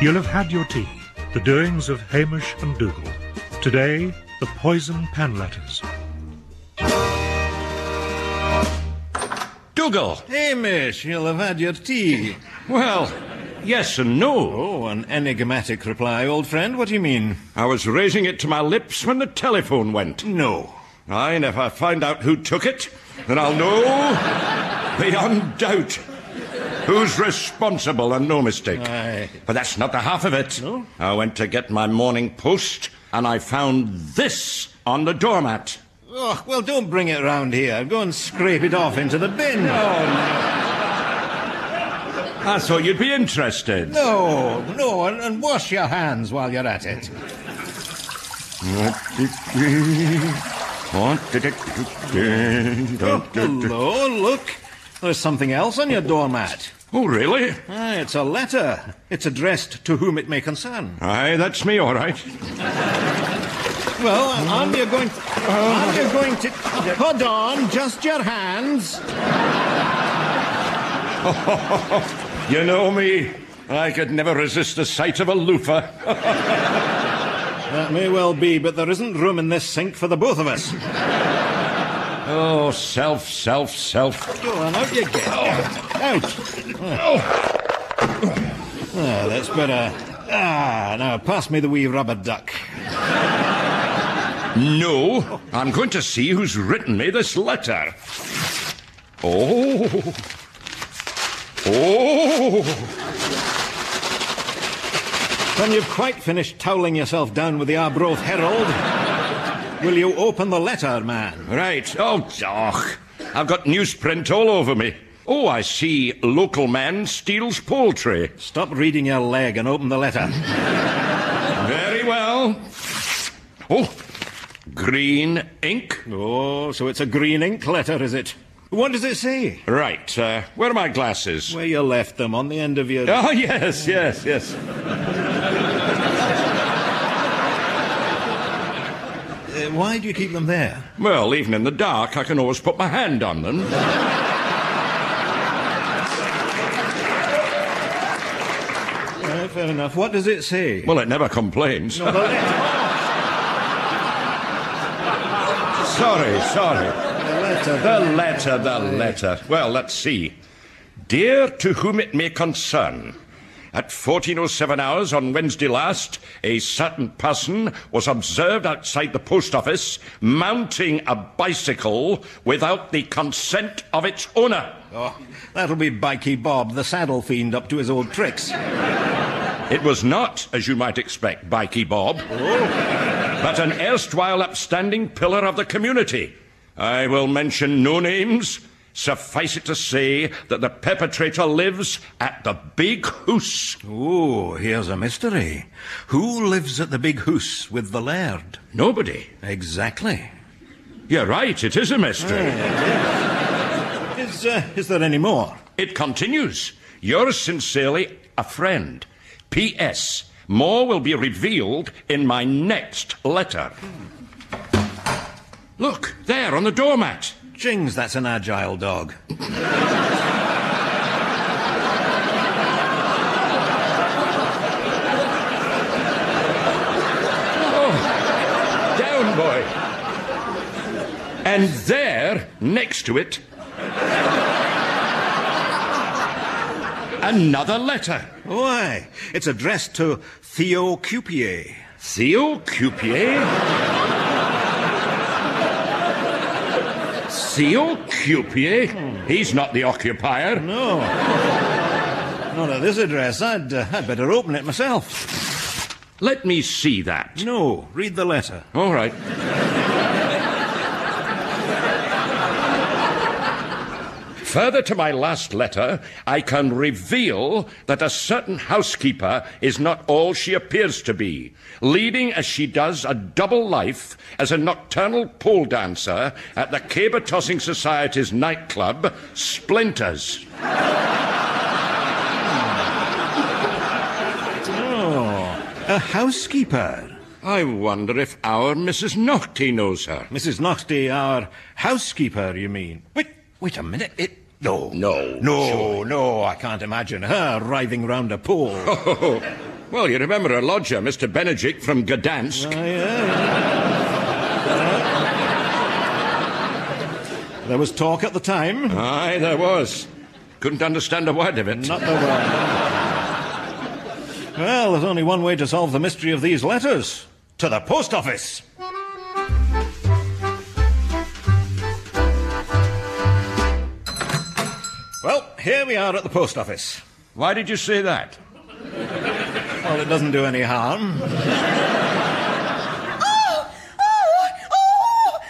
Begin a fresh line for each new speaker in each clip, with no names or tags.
You'll have had your tea. The doings of Hamish and Dougal. Today, the poison panlatters.
Dougal!
Hamish, you'll have had your tea.
Well, yes and no.
Oh, an enigmatic reply, old friend. What do you mean?
I was raising it to my lips when the telephone went.
No.
Aye, and if I find out who took it, then I'll know beyond doubt who's responsible and no mistake.
Aye.
But that's not the half of it.
No?
I went to get my morning post and I found this on the doormat.
Oh, well, don't bring it round here. Go and scrape it off into the bin. No,
Oh, I thought you'd be interested.
no, no, and, and wash your hands while you're at it. Oh, hello, look. There's something else on your doormat.
Oh, really?
Ah, it's a letter. It's addressed to whom it may concern.
Aye, that's me, all right.
Well, aren't you going? Aren't you going to? Hold on, just your hands.
You know me. I could never resist the sight of a loofah.
That may well be, but there isn't room in this sink for the both of us.
Oh, self, self, self.
Go on, out you get. Out. Ah, Oh, that's better. Ah, now pass me the wee rubber duck.
No, I'm going to see who's written me this letter. Oh. Oh.
When you've quite finished toweling yourself down with the Arbroath Herald, will you open the letter, man?
Right. Oh, doch. I've got newsprint all over me. Oh, I see. Local man steals poultry.
Stop reading your leg and open the letter.
Very well. Oh, green ink.
Oh, so it's a green ink letter, is it? What does it say?
Right. Uh, where are my glasses?
Where you left them, on the end of your.
Oh, yes, yes, yes.
Uh, why do you keep them there?
Well, even in the dark, I can always put my hand on them.
Uh, fair enough. What does it say?
Well, it never complains.
The letter.
sorry, sorry.
The letter.
The letter, the letter. Well, let's see. Dear to whom it may concern, at 1407 hours on Wednesday last, a certain person was observed outside the post office mounting a bicycle without the consent of its owner.
Oh, that'll be Bikey Bob, the saddle fiend, up to his old tricks.
It was not, as you might expect, Bikey Bob, but an erstwhile upstanding pillar of the community. I will mention no names. Suffice it to say that the perpetrator lives at the Big Hoose.
Oh, here's a mystery. Who lives at the big hoose with the laird?
Nobody.
Exactly.
You're right, it is a mystery.
Is, uh, is there any more?
It continues. Yours sincerely, a friend. P.S. More will be revealed in my next letter. Look, there on the doormat.
Jings, that's an agile dog.
Oh, Down, boy. And there, next to it, another letter.
Why? It's addressed to Theo Cupier.
Theo Cupier. Theo Cupier? He's not the occupier.
No. Not at this address. I'd, uh, I'd better open it myself.
Let me see that.
No, read the letter.
All right. Further to my last letter, I can reveal that a certain housekeeper is not all she appears to be, leading as she does a double life as a nocturnal pole dancer at the Caber Tossing Society's nightclub, Splinters.
Oh, A housekeeper.
I wonder if our Mrs. Nocte knows her.
Mrs. Nochty, our housekeeper, you mean? Wait, wait a minute. It. No.
No.
No, no, I can't imagine her writhing round a pool.
Oh, Well, you remember a lodger, Mr. Benedict from Gdansk.
Ah, yeah. Oh, Yeah. There was talk at the time.
Aye, there was. Couldn't understand a word of it.
Not the one. Well, there's only one way to solve the mystery of these letters to the post office. Well, here we are at the post office.
Why did you say that?
Well, it doesn't do any harm.
Oh, oh, oh,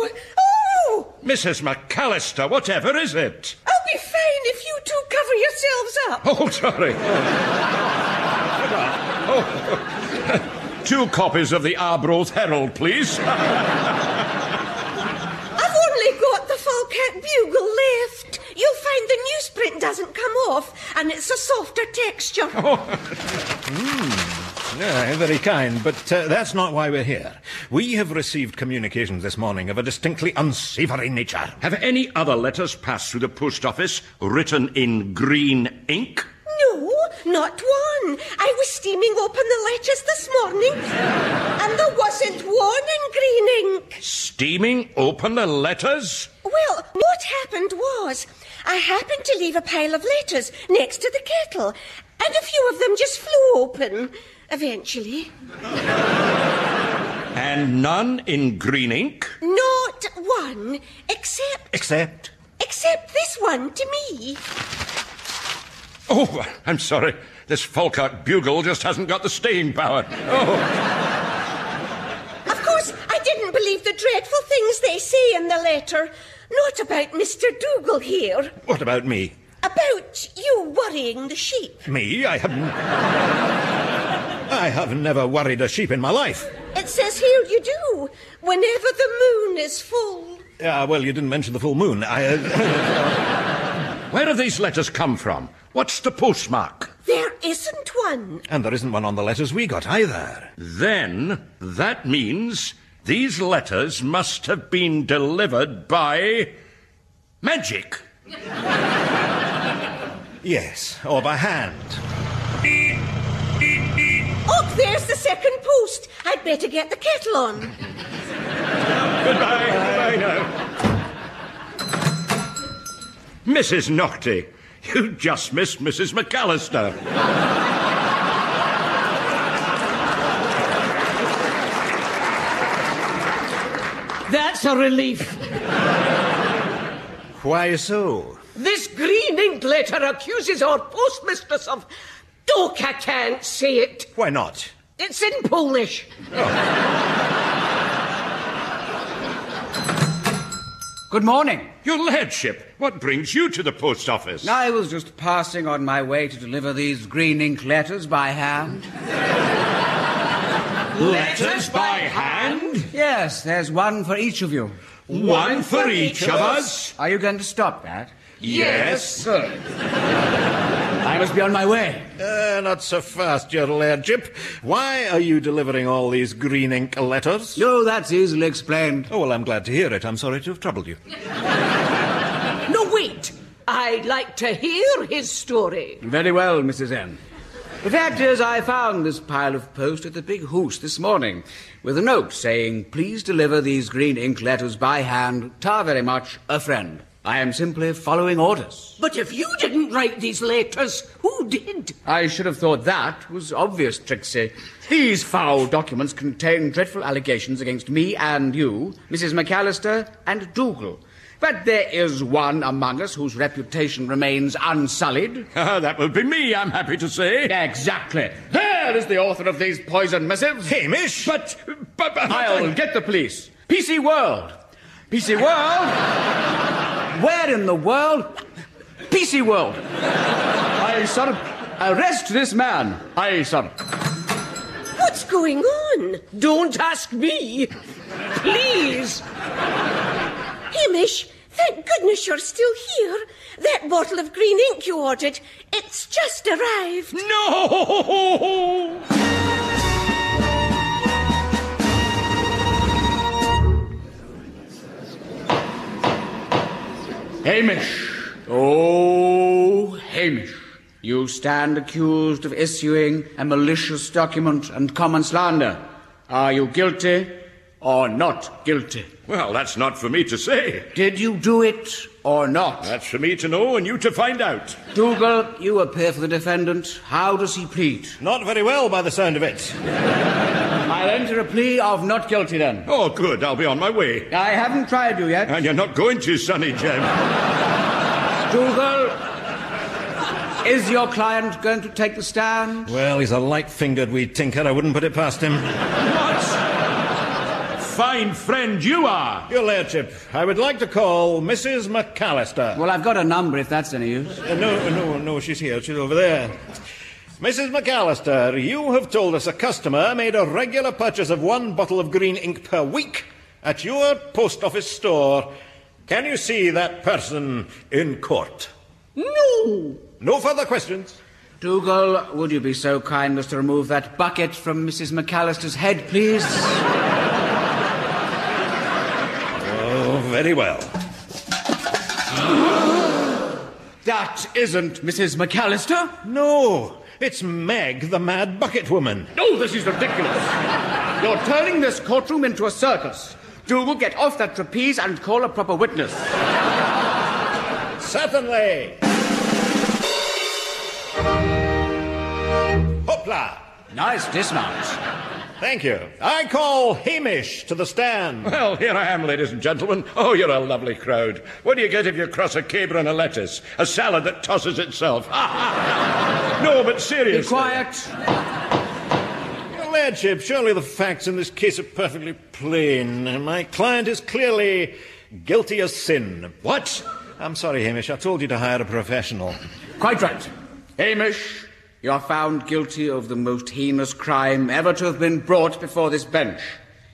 oh, oh.
Mrs. McAllister, whatever is it?
I'll be fine if you two cover yourselves up.
Oh, sorry. Oh. Two copies of the Arbroath Herald, please.
I've only got the Falkirk Bugle left. You'll find the newsprint doesn't come off, and it's a softer texture.
Yeah, very kind, but uh, that's not why we're here. We have received communications this morning of a distinctly unsavory nature.
Have any other letters passed through the post office written in green ink?
No, not one. I was steaming open the letters this morning, and there wasn't one in green ink.
Steaming open the letters?
Well, what happened was, I happened to leave a pile of letters next to the kettle, and a few of them just flew open, eventually.
And none in green ink?
Not one, except,
Except.
except this one to me.
Oh, I'm sorry. This Falkirk bugle just hasn't got the staying power. Oh,
Of course, I didn't believe the dreadful things they say in the letter. Not about Mr. Dougal here.
What about me?
About you worrying the sheep.
Me? I haven't. I have never worried a sheep in my life.
It says here you do, whenever the moon is full.
Ah, well, you didn't mention the full moon. I, uh,
where have these letters come from? What's the postmark?
There isn't one.
and there isn't one on the letters we got either.
Then that means these letters must have been delivered by magic.
Yes, or by hand.
Oh, there's the second post. I'd better get the kettle on.
Goodbye. Goodbye now. Mrs. Nocte, you just missed Mrs. McAllister.
That's a relief.
Why so?
This green ink letter accuses our postmistress of. Dook, I can't say it.
Why not?
It's in Polish.
Good morning.
Your lordship, what brings you to the post office?
I was just passing on my way to deliver these green ink letters by hand.
letters by hand?
Yes, there's one for each of you.
One for each of us?
Are you going to stop that?
Yes.
Good. I must be on my way.
Uh, not so fast, your lordship. Why are you delivering all these green ink letters?
No, that's easily explained.
Oh, well, I'm glad to hear it. I'm sorry to have troubled you.
No, wait. I'd like to hear his story.
Very well, Mrs. M. The fact is, I found this pile of post at the big hoose this morning with a note saying, Please deliver these green ink letters by hand. Tar very much, a friend. I am simply following orders.
But if you didn't write these letters, who did?
I should have thought that was obvious, Trixie. These foul documents contain dreadful allegations against me and you, Mrs. McAllister and Dougal. But there is one among us whose reputation remains unsullied.
Ah, that would be me, I'm happy to say.
Exactly. There is the author of these poison missives.
Hamish!
But
But, but
I'll get the police. PC World. PC World? Where in the world? PC World. I, sir, arrest this man. I, sir.
What's going on?
Don't ask me. Please.
Hamish, thank goodness you're still here. That bottle of green ink you ordered, it's just arrived.
No!
Hamish. Oh, Hamish. You stand accused of issuing a malicious document and common slander. Are you guilty or not guilty?
Well, that's not for me to say.
Did you do it or not?
That's for me to know and you to find out.
Uh, Dougal, you appear for the defendant. How does he plead?
Not very well by the sound of it.
I'll enter a plea of not guilty then.
Oh, good. I'll be on my way.
I haven't tried you yet.
And you're not going to, Sonny Jim.
Dougal, is your client going to take the stand?
Well, he's a light fingered wee tinker. I wouldn't put it past him.
Fine friend you are.
Your Lairship, I would like to call Mrs. McAllister.
Well, I've got a number if that's any use.
Uh, no, no, no, she's here. She's over there. Mrs. McAllister, you have told us a customer made a regular purchase of one bottle of green ink per week at your post office store. Can you see that person in court?
No!
No further questions.
Dougal, would you be so kind as to remove that bucket from Mrs. McAllister's head, please?
Oh, very well.
that isn't Mrs. McAllister.
No, it's Meg, the mad bucket woman.
No, this is ridiculous. You're turning this courtroom into a circus. Dougal, get off that trapeze and call a proper witness.
Certainly. Hopla.
Nice dismount.
Thank you. I call Hamish to the stand.
Well, here I am, ladies and gentlemen. Oh, you're a lovely crowd. What do you get if you cross a caber and a lettuce? A salad that tosses itself. no, but
Be
seriously.
quiet.
Your Lordship, surely the facts in this case are perfectly plain. My client is clearly guilty as sin.
What?
I'm sorry, Hamish. I told you to hire a professional.
Quite right. Hamish, you are found guilty of the most heinous crime ever to have been brought before this bench.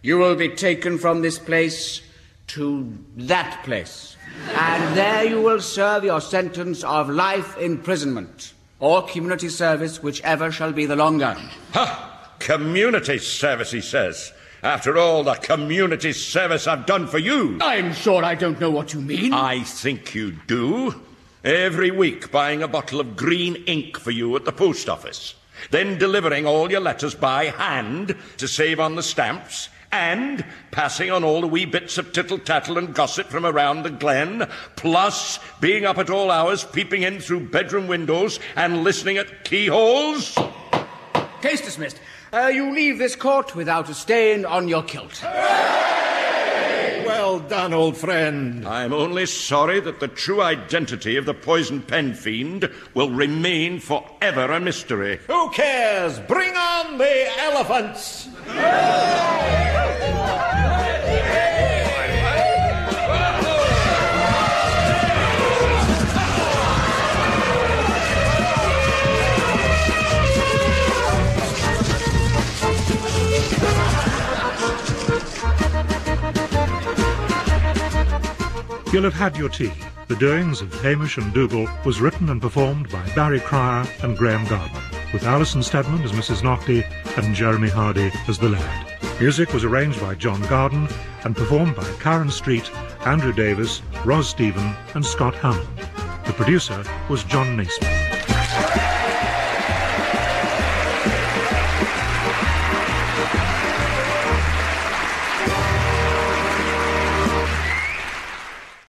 You will be taken from this place to that place. And there you will serve your sentence of life imprisonment or community service, whichever shall be the longer.
Ha! Community service, he says. After all the community service I've done for you.
I'm sure I don't know what you mean.
I think you do. Every week buying a bottle of green ink for you at the post office, then delivering all your letters by hand to save on the stamps, and passing on all the wee bits of tittle tattle and gossip from around the glen, plus being up at all hours, peeping in through bedroom windows and listening at keyholes.
Case dismissed. Uh, you leave this court without a stain on your kilt.
Well done, old friend.
I'm only sorry that the true identity of the poison pen fiend will remain forever a mystery.
Who cares? Bring on the elephants.
You'll have had your tea. The Doings of Hamish and Dougal was written and performed by Barry Cryer and Graham Gardner, with Alison Stedman as Mrs. Nocte and Jeremy Hardy as the lad. Music was arranged by John Garden and performed by Karen Street, Andrew Davis, Ros Stephen, and Scott Hammond. The producer was John Naismith.